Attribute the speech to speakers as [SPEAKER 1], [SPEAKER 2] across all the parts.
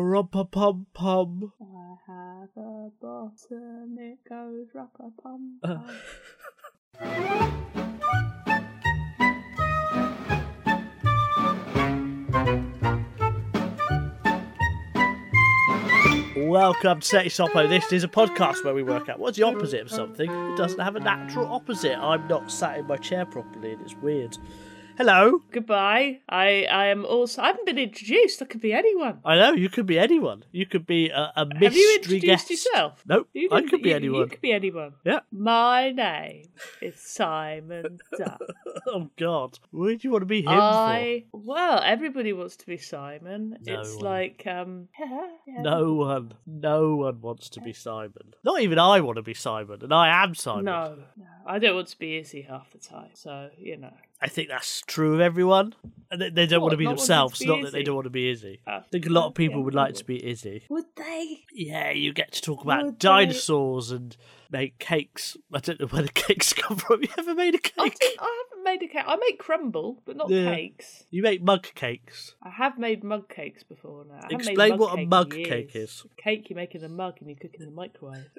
[SPEAKER 1] pum pum.
[SPEAKER 2] I have a bottom, it goes rap a pum.
[SPEAKER 1] Welcome to Seti Sopo. This is a podcast where we work out what's the opposite of something that doesn't have a natural opposite. I'm not sat in my chair properly and it's weird. Hello.
[SPEAKER 2] Goodbye. I, I am also. I haven't been introduced. I could be anyone.
[SPEAKER 1] I know, you could be anyone. You could be a, a mystery
[SPEAKER 2] Have you introduced
[SPEAKER 1] guest.
[SPEAKER 2] yourself?
[SPEAKER 1] Nope,
[SPEAKER 2] You
[SPEAKER 1] I
[SPEAKER 2] didn't-
[SPEAKER 1] could be
[SPEAKER 2] you- You
[SPEAKER 1] anyone.
[SPEAKER 2] could be anyone.
[SPEAKER 1] Yeah.
[SPEAKER 2] My name is Simon Duck.
[SPEAKER 1] Oh, God. Where do you want to be him
[SPEAKER 2] I well, everybody wants to be Simon.
[SPEAKER 1] No
[SPEAKER 2] it's
[SPEAKER 1] one.
[SPEAKER 2] like um. yeah,
[SPEAKER 1] for? No one. No one wants to be Simon. Not even I want to be Simon, and I am Simon.
[SPEAKER 2] No, no, I don't want to be Izzy half the time. So you know.
[SPEAKER 1] I think that's true of everyone. And they, they don't
[SPEAKER 2] What,
[SPEAKER 1] want to be
[SPEAKER 2] not wanting to
[SPEAKER 1] themselves,
[SPEAKER 2] be
[SPEAKER 1] not that they
[SPEAKER 2] Izzy?
[SPEAKER 1] don't want to be Izzy.
[SPEAKER 2] Uh,
[SPEAKER 1] I think a lot of people
[SPEAKER 2] yeah,
[SPEAKER 1] would like to be Izzy.
[SPEAKER 2] Would they?
[SPEAKER 1] Yeah, you get to talk about
[SPEAKER 2] Would they-
[SPEAKER 1] dinosaurs and make cakes. I don't know where the cakes come from. You ever made a
[SPEAKER 2] I,
[SPEAKER 1] cake?
[SPEAKER 2] don't, I haven't made a cake. I make crumble, but not
[SPEAKER 1] Yeah.
[SPEAKER 2] cakes.
[SPEAKER 1] You make mug cakes.
[SPEAKER 2] I have made mug cakes before now. I haven't made
[SPEAKER 1] Explain what a
[SPEAKER 2] in
[SPEAKER 1] mug
[SPEAKER 2] years.
[SPEAKER 1] cake is.
[SPEAKER 2] A cake you make in a mug and you cook in the microwave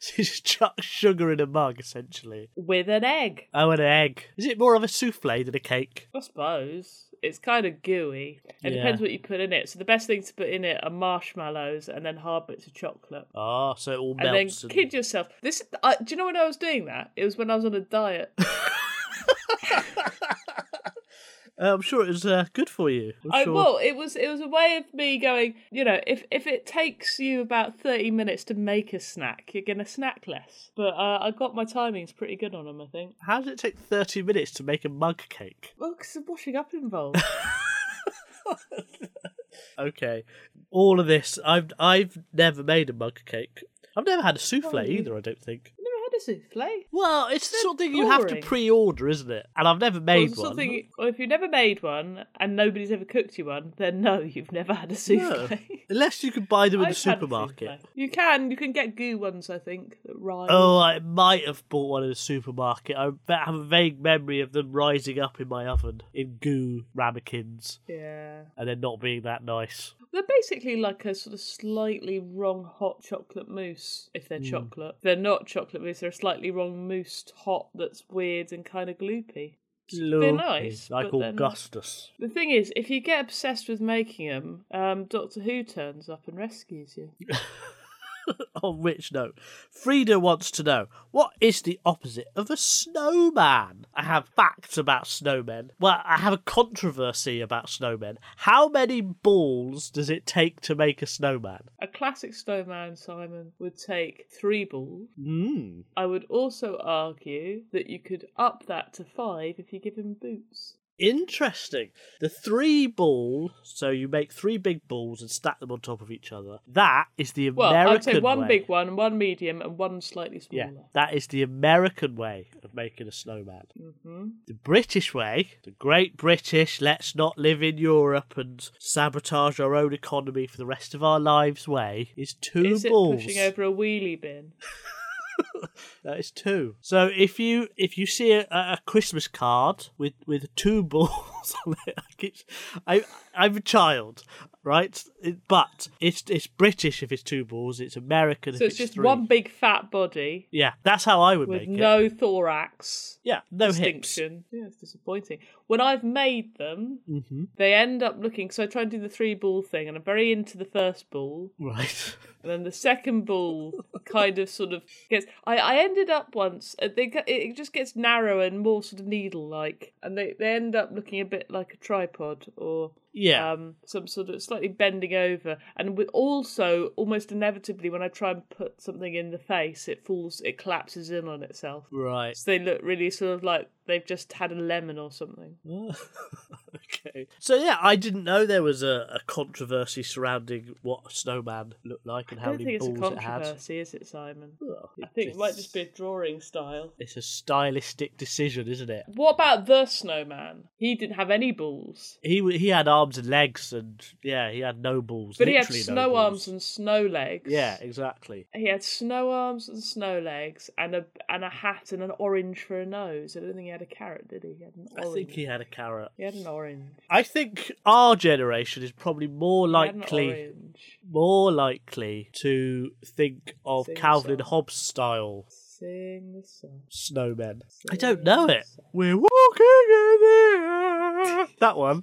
[SPEAKER 1] So you just chuck sugar in a mug, essentially.
[SPEAKER 2] with an egg.
[SPEAKER 1] Oh, and an egg. Is it more of a souffle than a cake?
[SPEAKER 2] I suppose it's kind of gooey. It
[SPEAKER 1] Yeah.
[SPEAKER 2] depends what you put in it. So the best things to put in it are marshmallows and then hard bits of chocolate.
[SPEAKER 1] Ah, so it all
[SPEAKER 2] And then
[SPEAKER 1] melts. and-
[SPEAKER 2] kid yourself. This I do you know when I was doing that? It was when I was on a diet.
[SPEAKER 1] Uh, I'm sure it was uh, good for you. I'm
[SPEAKER 2] I
[SPEAKER 1] sure-
[SPEAKER 2] well, it was it was a way of me going. You know, if if it takes you about thirty minutes to make a snack, you're gonna snack less. But uh, I got my timings pretty good on them, I think.
[SPEAKER 1] How does it take 30 minutes to make a mug cake?
[SPEAKER 2] Well, 'cause the washing up involved.
[SPEAKER 1] Okay. All of this, I've I've never made a mug cake. I've never had a souffle
[SPEAKER 2] you-
[SPEAKER 1] either, I don't think.
[SPEAKER 2] you never had a souffle. eh?
[SPEAKER 1] Well, it's the
[SPEAKER 2] They're
[SPEAKER 1] sort of thing you have to
[SPEAKER 2] boring.
[SPEAKER 1] pre-order, isn't it? And I've never
[SPEAKER 2] Well,
[SPEAKER 1] made
[SPEAKER 2] it's
[SPEAKER 1] one.
[SPEAKER 2] something- well, if you've never made one and nobody's ever cooked you one, then no, you've never had a souffle.
[SPEAKER 1] Unless you could buy them in the
[SPEAKER 2] I've had a
[SPEAKER 1] supermarket.
[SPEAKER 2] souffle. You can, you can get goo ones, I think, that rise.
[SPEAKER 1] Oh, I might have bought one in the supermarket. I ve- have a vague memory of them rising up in my oven in goo ramekins
[SPEAKER 2] Yeah.
[SPEAKER 1] and then not being that nice.
[SPEAKER 2] They're basically like a sort of slightly wrong hot chocolate mousse, if
[SPEAKER 1] Hmm.
[SPEAKER 2] they're chocolate. They're not chocolate mousse, they're a slightly wrong mousse hot that's weird and kind of gloopy.
[SPEAKER 1] Lovely,
[SPEAKER 2] nice,
[SPEAKER 1] Like
[SPEAKER 2] but they're not-
[SPEAKER 1] Augustus.
[SPEAKER 2] The thing is, if you get obsessed with making them, um, Doctor Who turns up and rescues you.
[SPEAKER 1] On which note, Frida wants to know what is the opposite of a snowman? I have facts about snowmen. Well, I have a controversy about snowmen. How many balls does it take to make a snowman?
[SPEAKER 2] A classic snowman, Simon, would take three balls.
[SPEAKER 1] Mm.
[SPEAKER 2] I would also argue that you could up that to five if you give him boots.
[SPEAKER 1] Interesting. The three ball, so you make three big balls and stack them on top of each other. That is the
[SPEAKER 2] Well,
[SPEAKER 1] American
[SPEAKER 2] I'd say one
[SPEAKER 1] way.
[SPEAKER 2] big one, one medium, and one slightly smaller.
[SPEAKER 1] Yeah, that is the American way of making a snowman.
[SPEAKER 2] Mm-hmm.
[SPEAKER 1] the British way, the great British, let's not live in Europe and sabotage our own economy for the rest of our lives way, is two
[SPEAKER 2] Is it
[SPEAKER 1] balls.
[SPEAKER 2] pushing over a wheelie bin?
[SPEAKER 1] That is two. So if you if you see a, a Christmas card with with two balls on it, I keep, I I'm a child, right? It- but it's it's British if it's two balls. It's American
[SPEAKER 2] So
[SPEAKER 1] if
[SPEAKER 2] it's
[SPEAKER 1] it's
[SPEAKER 2] just
[SPEAKER 1] three.
[SPEAKER 2] one big fat body
[SPEAKER 1] Yeah, that's how I would
[SPEAKER 2] with
[SPEAKER 1] make it.
[SPEAKER 2] no thorax.
[SPEAKER 1] Yeah, no hips.
[SPEAKER 2] distinction. Yeah, it's disappointing. When I've made them,
[SPEAKER 1] hmm
[SPEAKER 2] they end up looking. So I try and do the three ball thing, and I'm very into the first ball,
[SPEAKER 1] Right.
[SPEAKER 2] and then the second ball kind of sort of gets. I, I ended up once. uh, They, ca- it it just gets narrower and more sort of needle like, and they, they end up looking a bit like a tripod or
[SPEAKER 1] Yeah.
[SPEAKER 2] um, some sort of slightly bending over, and with also almost inevitably when I try and put something in the face, it falls, it collapses in on itself.
[SPEAKER 1] right.
[SPEAKER 2] So they look really sort of like they've just had a lemon or something.
[SPEAKER 1] okay. So yeah, I didn't know there was a, a controversy surrounding what a snowman looked like and
[SPEAKER 2] I
[SPEAKER 1] how
[SPEAKER 2] don't
[SPEAKER 1] many
[SPEAKER 2] think it's a
[SPEAKER 1] balls it had.
[SPEAKER 2] controversy, is it, Simon?
[SPEAKER 1] Well,
[SPEAKER 2] I think it might just be a drawing style.
[SPEAKER 1] It's a stylistic decision, isn't it?
[SPEAKER 2] What about the snowman? He didn't have any balls,
[SPEAKER 1] He w- he had arms and legs, and yeah, he had no balls.
[SPEAKER 2] but he had
[SPEAKER 1] literally no
[SPEAKER 2] snow
[SPEAKER 1] balls.
[SPEAKER 2] arms and snow legs.
[SPEAKER 1] yeah, exactly.
[SPEAKER 2] He had snow arms and snow legs, and a and a hat and an orange for a nose. I don't think he had a carrot, did he? He had an
[SPEAKER 1] I
[SPEAKER 2] orange.
[SPEAKER 1] think he had a carrot.
[SPEAKER 2] He had an orange.
[SPEAKER 1] I think our generation is probably more
[SPEAKER 2] He had an
[SPEAKER 1] likely
[SPEAKER 2] orange. much.
[SPEAKER 1] more likely to think of
[SPEAKER 2] Sing
[SPEAKER 1] Calvin and
[SPEAKER 2] song.
[SPEAKER 1] Hobbes style
[SPEAKER 2] Sing the song.
[SPEAKER 1] snowmen.
[SPEAKER 2] Sing
[SPEAKER 1] I don't know
[SPEAKER 2] the
[SPEAKER 1] it.
[SPEAKER 2] song.
[SPEAKER 1] We're walking in the air. That one.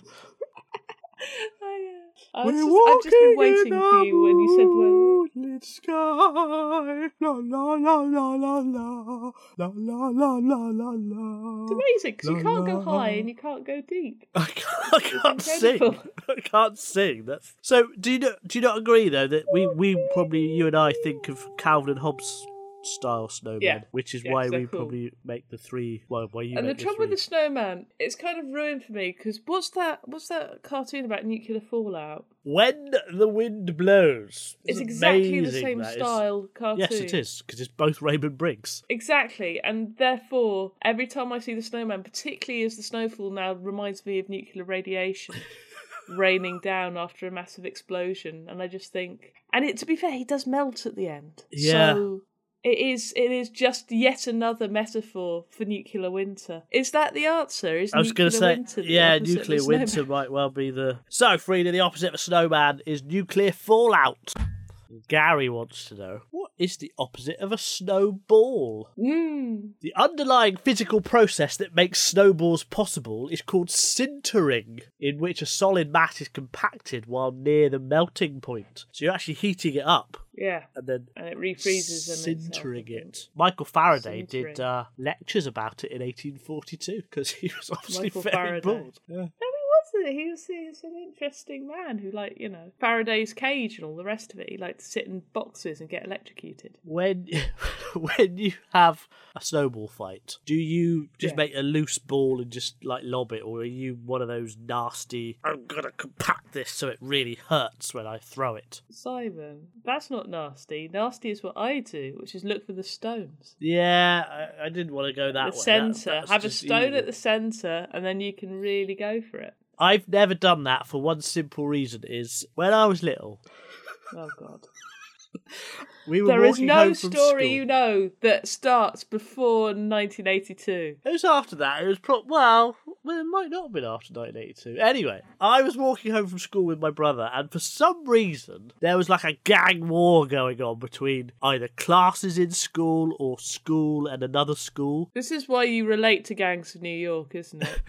[SPEAKER 2] I, uh,
[SPEAKER 1] Oh,
[SPEAKER 2] I was
[SPEAKER 1] We're
[SPEAKER 2] just,
[SPEAKER 1] walking
[SPEAKER 2] I've just been
[SPEAKER 1] in
[SPEAKER 2] waiting
[SPEAKER 1] a
[SPEAKER 2] for you when you said the word.
[SPEAKER 1] moonlit sky. La la la la la la la la la la la
[SPEAKER 2] It's
[SPEAKER 1] la.
[SPEAKER 2] amazing because you
[SPEAKER 1] La, la,
[SPEAKER 2] can't go high
[SPEAKER 1] la.
[SPEAKER 2] and you can't go deep.
[SPEAKER 1] I can't, I can't sing.
[SPEAKER 2] incredible.
[SPEAKER 1] I can't sing. That's so. Do you not, do you not agree though that we we probably you and I think of Calvin and Hobbes style snowmen,
[SPEAKER 2] Yeah.
[SPEAKER 1] which is
[SPEAKER 2] Yeah,
[SPEAKER 1] why
[SPEAKER 2] 'cause they're
[SPEAKER 1] we
[SPEAKER 2] cool.
[SPEAKER 1] probably make the three. Well, why you
[SPEAKER 2] and the
[SPEAKER 1] make
[SPEAKER 2] trouble
[SPEAKER 1] three.
[SPEAKER 2] with the snowman, it's kind of ruined for me because what's that? What's that cartoon about nuclear fallout?
[SPEAKER 1] when the wind blows.
[SPEAKER 2] It's, exactly the
[SPEAKER 1] amazing,
[SPEAKER 2] same
[SPEAKER 1] that is.
[SPEAKER 2] style cartoon.
[SPEAKER 1] Yes, it is because it's both Raymond Briggs.
[SPEAKER 2] Exactly, and therefore, every time I see the snowman, particularly as the snowfall now reminds me of nuclear radiation raining down after a massive explosion, and I just think, and it to be fair, he does melt at the end.
[SPEAKER 1] Yeah.
[SPEAKER 2] So it is it is just yet another metaphor for nuclear winter. Is that the answer? Is
[SPEAKER 1] I was
[SPEAKER 2] going to
[SPEAKER 1] say, yeah, nuclear
[SPEAKER 2] nuclear
[SPEAKER 1] winter might well be the. So, Frida, the opposite of a snowman is nuclear fallout. Gary wants to know what is the opposite of a snowball?
[SPEAKER 2] Mm.
[SPEAKER 1] The underlying physical process that makes snowballs possible is called sintering, in which a solid mass is compacted while near the melting point. So you're actually heating it up
[SPEAKER 2] Yeah,
[SPEAKER 1] and then
[SPEAKER 2] and it refreezes them. itself, I
[SPEAKER 1] sintering
[SPEAKER 2] think.
[SPEAKER 1] it. Michael Faraday
[SPEAKER 2] Sintering.
[SPEAKER 1] did uh, lectures about it in 1842 because he was obviously
[SPEAKER 2] Michael
[SPEAKER 1] very
[SPEAKER 2] Faraday.
[SPEAKER 1] bored. Yeah.
[SPEAKER 2] No, he wasn't. He was, he was an interesting man who, like, you know, Faraday's cage and all the rest of it. He liked to sit in boxes and get electrocuted.
[SPEAKER 1] when when you have a snowball fight, do you just
[SPEAKER 2] Yeah.
[SPEAKER 1] make a loose ball and just like lob it, or are you one of those nasty? I'm gonna compact this so it really hurts when I throw it.
[SPEAKER 2] Simon, that's not nasty. Nasty is what I do, which is look for the stones.
[SPEAKER 1] Yeah, I, I didn't want to go that way.
[SPEAKER 2] the
[SPEAKER 1] That-
[SPEAKER 2] centre.
[SPEAKER 1] that's
[SPEAKER 2] Have a
[SPEAKER 1] just
[SPEAKER 2] stone
[SPEAKER 1] evil.
[SPEAKER 2] at the centre, and then you can really go for it.
[SPEAKER 1] I've never done that for one simple reason: is when I was little,
[SPEAKER 2] Oh, God.
[SPEAKER 1] we were
[SPEAKER 2] there is
[SPEAKER 1] walking
[SPEAKER 2] no
[SPEAKER 1] home from
[SPEAKER 2] story
[SPEAKER 1] school.
[SPEAKER 2] you know that starts before 1982.
[SPEAKER 1] It was after that. It was pro- well, well, it might not have been after 1982. Anyway, I was walking home from school with my brother, and for some reason, there was like a gang war going on between either classes in school or school and another school.
[SPEAKER 2] This is why you relate to Gangs of New York, isn't it?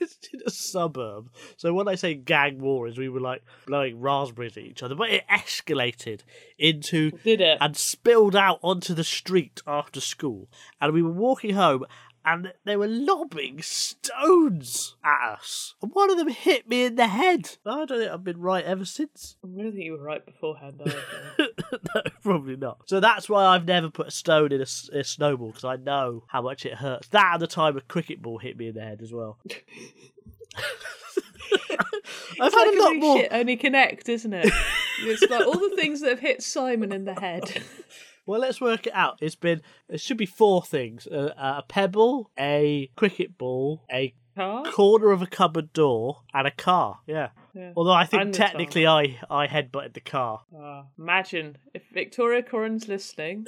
[SPEAKER 1] it's in a suburb. So when I say gang war, is we were like blowing raspberries at each other, but it escalated into
[SPEAKER 2] Did it?
[SPEAKER 1] and spilled out onto the street after school. And we were walking home and they were lobbing stones at us. And one of them hit me in the head. I don't think I've been right ever since.
[SPEAKER 2] I really think you were right beforehand, I reckon.
[SPEAKER 1] no, probably not. So that's why I've never put a stone in a, s- a snowball because I know how much it hurts. That and the time a cricket ball hit me in the head as well. I've
[SPEAKER 2] It's
[SPEAKER 1] had
[SPEAKER 2] like
[SPEAKER 1] a lot
[SPEAKER 2] new
[SPEAKER 1] more.
[SPEAKER 2] shit only connect, isn't it? it's like all the things that have hit Simon in the head.
[SPEAKER 1] Well, let's work it out. It's been. It should be four things: uh, a pebble, a cricket ball, a
[SPEAKER 2] Car?
[SPEAKER 1] corner of a cupboard door and a car. Yeah.
[SPEAKER 2] Yeah.
[SPEAKER 1] Although I think
[SPEAKER 2] And the
[SPEAKER 1] technically I I headbutted the car.
[SPEAKER 2] Ah, imagine if Victoria Corin's listening.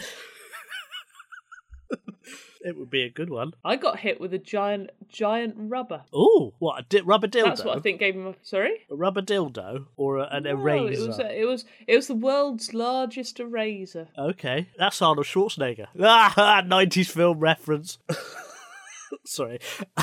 [SPEAKER 1] It would be a good one.
[SPEAKER 2] I got hit with a giant, giant rubber.
[SPEAKER 1] Oh, what a di- rubber dildo?
[SPEAKER 2] That's what I think gave me my. Sorry.
[SPEAKER 1] A rubber dildo or a, an
[SPEAKER 2] No,
[SPEAKER 1] eraser?
[SPEAKER 2] It was, a- it was, it was the world's largest eraser.
[SPEAKER 1] Okay, that's Arnold Schwarzenegger. Ah, nineties film reference. Sorry.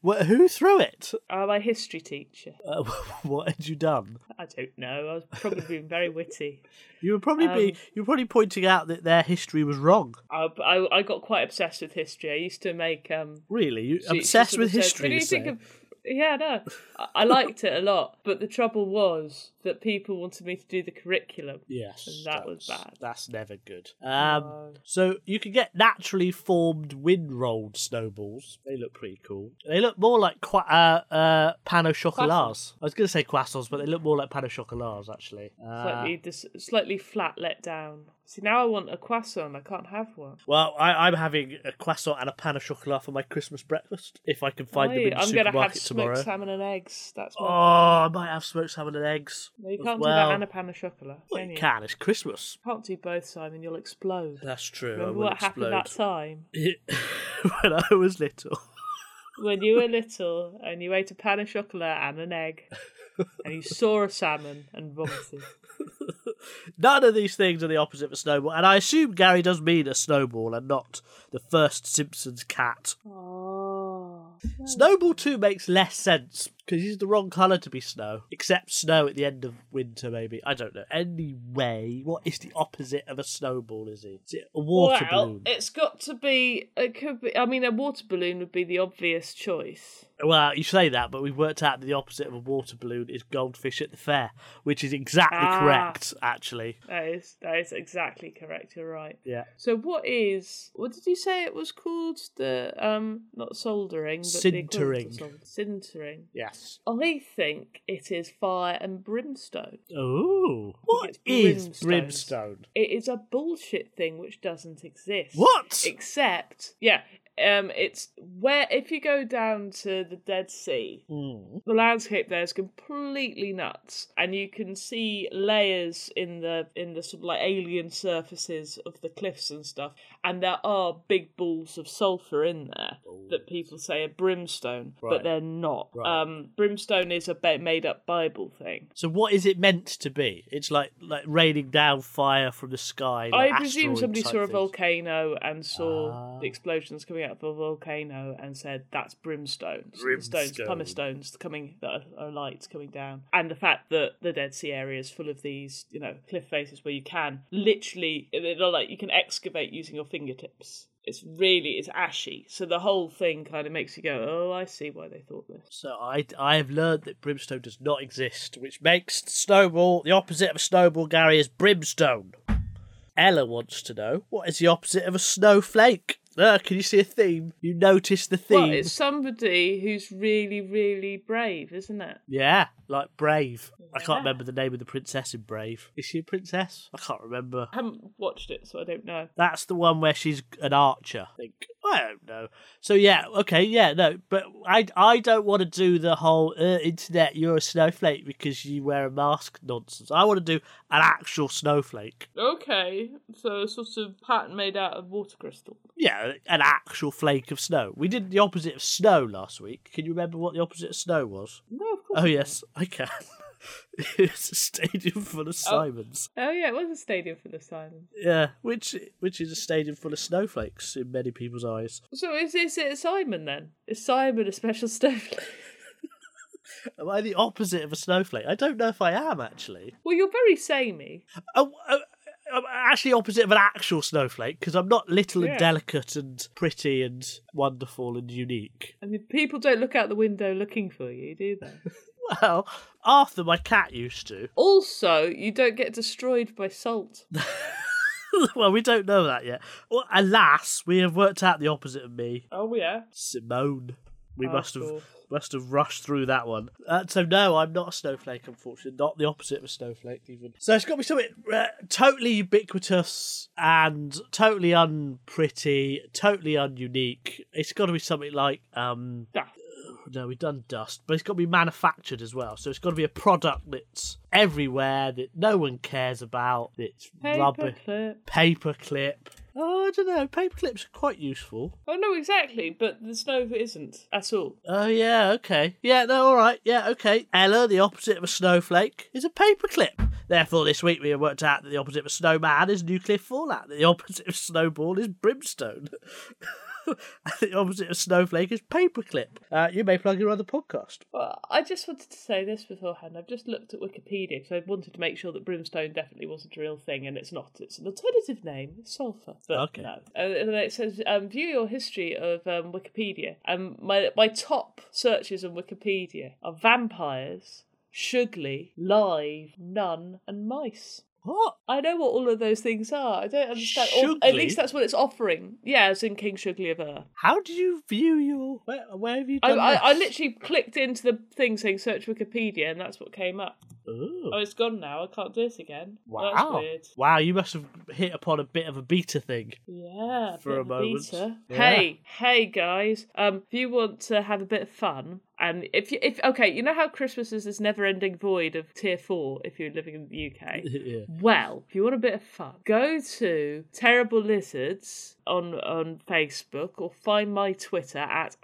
[SPEAKER 1] Wha who threw it?
[SPEAKER 2] Uh, my history teacher.
[SPEAKER 1] Uh, what had you done?
[SPEAKER 2] I don't know. I was probably being very witty.
[SPEAKER 1] You were probably
[SPEAKER 2] Um,
[SPEAKER 1] be, you were probably pointing out that their history was wrong.
[SPEAKER 2] I, Uh, I, I got quite obsessed with history. I used to make um,
[SPEAKER 1] Really, you
[SPEAKER 2] She- she
[SPEAKER 1] obsessed
[SPEAKER 2] sort of
[SPEAKER 1] with
[SPEAKER 2] said,
[SPEAKER 1] history.
[SPEAKER 2] "What do
[SPEAKER 1] you
[SPEAKER 2] you think
[SPEAKER 1] say?
[SPEAKER 2] of-" Yeah, no, I- I liked it a lot, but the trouble was that people wanted me to do the curriculum.
[SPEAKER 1] Yes,
[SPEAKER 2] And that was
[SPEAKER 1] that's-
[SPEAKER 2] bad.
[SPEAKER 1] That's never good. Um, So you can get naturally formed wind-rolled snowballs. They look pretty cool. They look more like qua- uh, uh, pan au chocolats. I was going to say croissants, but they look more like pan au chocolats actually. Uh,
[SPEAKER 2] Slightly, dis- slightly flat, let down. See, now I want a croissant. I can't have one.
[SPEAKER 1] well, I, I'm having a croissant and a pan au chocolat for my Christmas breakfast if I can find them in the
[SPEAKER 2] Aye, I'm gonna
[SPEAKER 1] supermarket
[SPEAKER 2] have smoked
[SPEAKER 1] tomorrow.
[SPEAKER 2] salmon and eggs. That's
[SPEAKER 1] oh,
[SPEAKER 2] my.
[SPEAKER 1] I might have smoked salmon and eggs.
[SPEAKER 2] no, you
[SPEAKER 1] as
[SPEAKER 2] can't
[SPEAKER 1] Oh, well.
[SPEAKER 2] do that and a pan of chocolate.
[SPEAKER 1] Well,
[SPEAKER 2] can
[SPEAKER 1] you
[SPEAKER 2] you?
[SPEAKER 1] can. It's Christmas.
[SPEAKER 2] can't do both, Simon. You'll explode.
[SPEAKER 1] That's true. I
[SPEAKER 2] Remember
[SPEAKER 1] will
[SPEAKER 2] what
[SPEAKER 1] explode.
[SPEAKER 2] happened that time
[SPEAKER 1] when I was little.
[SPEAKER 2] when you were little and you ate a pan of chocolate and an egg. and he saw a salmon and vomited.
[SPEAKER 1] None of these things are the opposite of a snowball, and I assume Gary does mean a snowball and not the first Simpsons cat.
[SPEAKER 2] Oh.
[SPEAKER 1] Snowball 2 makes less sense because he's the wrong colour to be snow, except snow at the end of winter, maybe. I don't know. Anyway, what is the opposite of a snowball, is he? Is it a water
[SPEAKER 2] well,
[SPEAKER 1] balloon?
[SPEAKER 2] it's got to be. It could be. I mean, a water balloon would be the obvious choice.
[SPEAKER 1] Well, you say that, but we've worked out that the opposite of a water balloon is goldfish at the fair, which is exactly
[SPEAKER 2] Ah.
[SPEAKER 1] correct, actually.
[SPEAKER 2] That is that is exactly correct. You're right.
[SPEAKER 1] Yeah.
[SPEAKER 2] So what is what did you say it was called? The um not soldering, but
[SPEAKER 1] Sintering.
[SPEAKER 2] The equivalent of sold- sintering.
[SPEAKER 1] Yes.
[SPEAKER 2] I think it is fire and brimstone.
[SPEAKER 1] Oh. What
[SPEAKER 2] it's
[SPEAKER 1] is
[SPEAKER 2] brimstone.
[SPEAKER 1] brimstone?
[SPEAKER 2] It is a bullshit thing which doesn't exist.
[SPEAKER 1] What?
[SPEAKER 2] Except yeah, um it's where if you go down to the Dead Sea,
[SPEAKER 1] Mm.
[SPEAKER 2] the landscape there is completely nuts and you can see layers in the in the sort of like alien surfaces of the cliffs and stuff and there are big balls of sulfur in there that people say are brimstone
[SPEAKER 1] Right.
[SPEAKER 2] but they're not
[SPEAKER 1] Right.
[SPEAKER 2] um brimstone is a ba- made up bible thing
[SPEAKER 1] So what is it meant to be? It's like like raining down fire from the sky. like
[SPEAKER 2] I presume
[SPEAKER 1] asteroid
[SPEAKER 2] somebody
[SPEAKER 1] type
[SPEAKER 2] saw a
[SPEAKER 1] things.
[SPEAKER 2] volcano and saw
[SPEAKER 1] Ah.
[SPEAKER 2] the explosions coming out of a volcano and said, "That's brimstone." So the stones,
[SPEAKER 1] Brimstone.
[SPEAKER 2] pumice stones, coming that are, are lights coming down, and the fact that the Dead Sea area is full of these, you know, cliff faces where you can literally, they're like you can excavate using your fingertips. It's really it's ashy, so the whole thing kind of makes you go, "Oh, I see why they thought this."
[SPEAKER 1] So I I have learned that brimstone does not exist, which makes snowball the opposite of a snowball. Gary is brimstone. Ella wants to know what is the opposite of a snowflake. Uh, can you see a theme? You notice the theme.
[SPEAKER 2] Well, it's somebody who's really, really brave, isn't it?
[SPEAKER 1] Yeah, like Brave. I
[SPEAKER 2] Yeah.
[SPEAKER 1] can't remember the name of the princess in Brave. Is she a princess? I can't remember.
[SPEAKER 2] I haven't watched it, so I don't know.
[SPEAKER 1] That's the one where she's an archer. I think. I don't know. So yeah, okay, yeah, no, but I I don't want to do the whole uh, internet. You're a snowflake because you wear a mask nonsense. I want to do an actual snowflake.
[SPEAKER 2] Okay, so a sort of pattern made out of water crystal.
[SPEAKER 1] Yeah, an actual flake of snow. We did the opposite of snow last week. Can you remember what the opposite of snow was?
[SPEAKER 2] No, of course.
[SPEAKER 1] Oh yes, I can. it's a stadium full of Simons.
[SPEAKER 2] Oh yeah, it was a stadium for the Simons.
[SPEAKER 1] Yeah, which which is a stadium full of snowflakes in many people's eyes.
[SPEAKER 2] So is is it Simon then? Is Simon a special snowflake?
[SPEAKER 1] Am I the opposite of a snowflake? I don't know if I am actually.
[SPEAKER 2] well, you're very samey.
[SPEAKER 1] Oh, oh, I'm actually opposite of an actual snowflake because I'm not little
[SPEAKER 2] Yeah.
[SPEAKER 1] and delicate and pretty and wonderful and unique.
[SPEAKER 2] I mean, people don't look out the window looking for you, do they?
[SPEAKER 1] Well, Arthur, my cat, used to.
[SPEAKER 2] also, you don't get destroyed by salt.
[SPEAKER 1] well, we don't know that yet. Well, alas, we have worked out the opposite of me,
[SPEAKER 2] Oh yeah.
[SPEAKER 1] Simone. We
[SPEAKER 2] Oh,
[SPEAKER 1] must have
[SPEAKER 2] cool.
[SPEAKER 1] must have rushed through that one. Uh, so no, I'm not a snowflake, unfortunately. Not the opposite of a snowflake, even. So it's got to be something uh, totally ubiquitous and totally unpretty, totally ununique. It's got to be something like um,
[SPEAKER 2] Daft.
[SPEAKER 1] no, we've done dust, but it's got to be manufactured as well. So it's got to be a product that's everywhere that no one cares about. That's rubber,
[SPEAKER 2] Paperclip.
[SPEAKER 1] paperclip. Oh, I don't know. Paperclips are quite useful.
[SPEAKER 2] Oh no, exactly. But the snow isn't at all.
[SPEAKER 1] Oh yeah, okay. Yeah, no, all right. Yeah, okay. Ella, the opposite of a snowflake, is a paperclip. Therefore, this week we have worked out that the opposite of a snowman is nuclear fallout. That the opposite of snowball is brimstone. And the opposite of snowflake is paperclip. Uh, you may plug your other podcast.
[SPEAKER 2] Well, I just wanted to say this beforehand. I've just looked at Wikipedia because I wanted to make sure that brimstone definitely wasn't a real thing, and it's not. It's an alternative name, it's sulfur. But
[SPEAKER 1] Okay.
[SPEAKER 2] no. Uh, And then it says, um, view your history of um, Wikipedia. Um, my my top searches on Wikipedia are vampires, Shugley, live, nun, and mice.
[SPEAKER 1] What?
[SPEAKER 2] I know what all of those things are. I don't understand. Or, at
[SPEAKER 1] Shugley?
[SPEAKER 2] least that's what it's offering. Yeah, as in King Shugley of Ur.
[SPEAKER 1] How do you view your? Where, where have you
[SPEAKER 2] I,
[SPEAKER 1] done
[SPEAKER 2] I, I
[SPEAKER 1] this?
[SPEAKER 2] literally clicked into the thing saying search Wikipedia, and that's what came up.
[SPEAKER 1] Ooh.
[SPEAKER 2] Oh, it's gone now. I can't do it again.
[SPEAKER 1] Wow.
[SPEAKER 2] That's weird.
[SPEAKER 1] Wow, you must have hit upon a bit of a beta thing.
[SPEAKER 2] Yeah,
[SPEAKER 1] For
[SPEAKER 2] bit
[SPEAKER 1] a
[SPEAKER 2] of
[SPEAKER 1] moment.
[SPEAKER 2] beta.
[SPEAKER 1] Yeah.
[SPEAKER 2] Hey, hey guys. Um, if you want to have a bit of fun, and if you, if okay, you know how Christmas is this never-ending void of tier four if you're living in the UK.
[SPEAKER 1] yeah.
[SPEAKER 2] Well, if you want a bit of fun, go to Terrible Lizards on on Facebook or find my Twitter at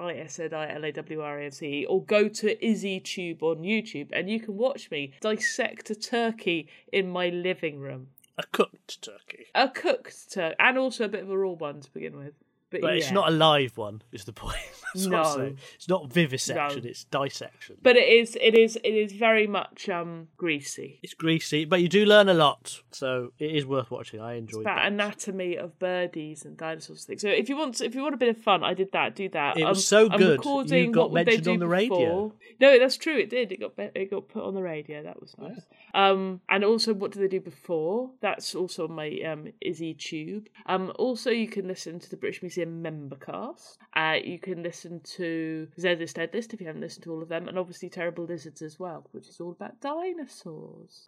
[SPEAKER 2] ISNILAWRANCE E or go to IzzyTube on YouTube and you can watch me dissect a turkey in my living room.
[SPEAKER 1] A cooked turkey.
[SPEAKER 2] A cooked turkey and also a bit of a raw one to begin with. But,
[SPEAKER 1] But it's
[SPEAKER 2] yeah.
[SPEAKER 1] not a live one, is the point. That's what
[SPEAKER 2] No.
[SPEAKER 1] I'm saying. It's not vivisection, it's dissection.
[SPEAKER 2] But it is it is it is very much um greasy.
[SPEAKER 1] it's greasy, but you do learn a lot, so it is worth watching. I enjoyed
[SPEAKER 2] That
[SPEAKER 1] that.
[SPEAKER 2] anatomy of birdies and dinosaurs and things. So if you want, if you want a bit of fun, I did that. Do that.
[SPEAKER 1] It was
[SPEAKER 2] I'm-
[SPEAKER 1] so
[SPEAKER 2] I'm
[SPEAKER 1] good, you
[SPEAKER 2] recording
[SPEAKER 1] got
[SPEAKER 2] what would they
[SPEAKER 1] mentioned on
[SPEAKER 2] do
[SPEAKER 1] the radio.
[SPEAKER 2] before. No, that's true. It did. It got be- it got put on the radio. That was nice. Um, and also, what do they do before? That's also on my um Izzy Tube. Um, also you can listen to the British Museum Membercast. Uh, you can listen to Zedist Dead List if you haven't listened to all of them, and obviously Terrible Lizards as well, which is all about dinosaurs.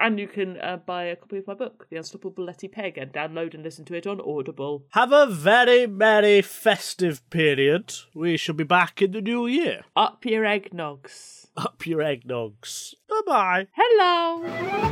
[SPEAKER 2] And you can uh, buy a copy of my book, The Unstoppable Letty Peg, and download and listen to it on Audible.
[SPEAKER 1] Have a very merry festive period. We shall be back in the new year.
[SPEAKER 2] Up your eggnogs.
[SPEAKER 1] Up your eggnogs. Bye bye.
[SPEAKER 2] Hello!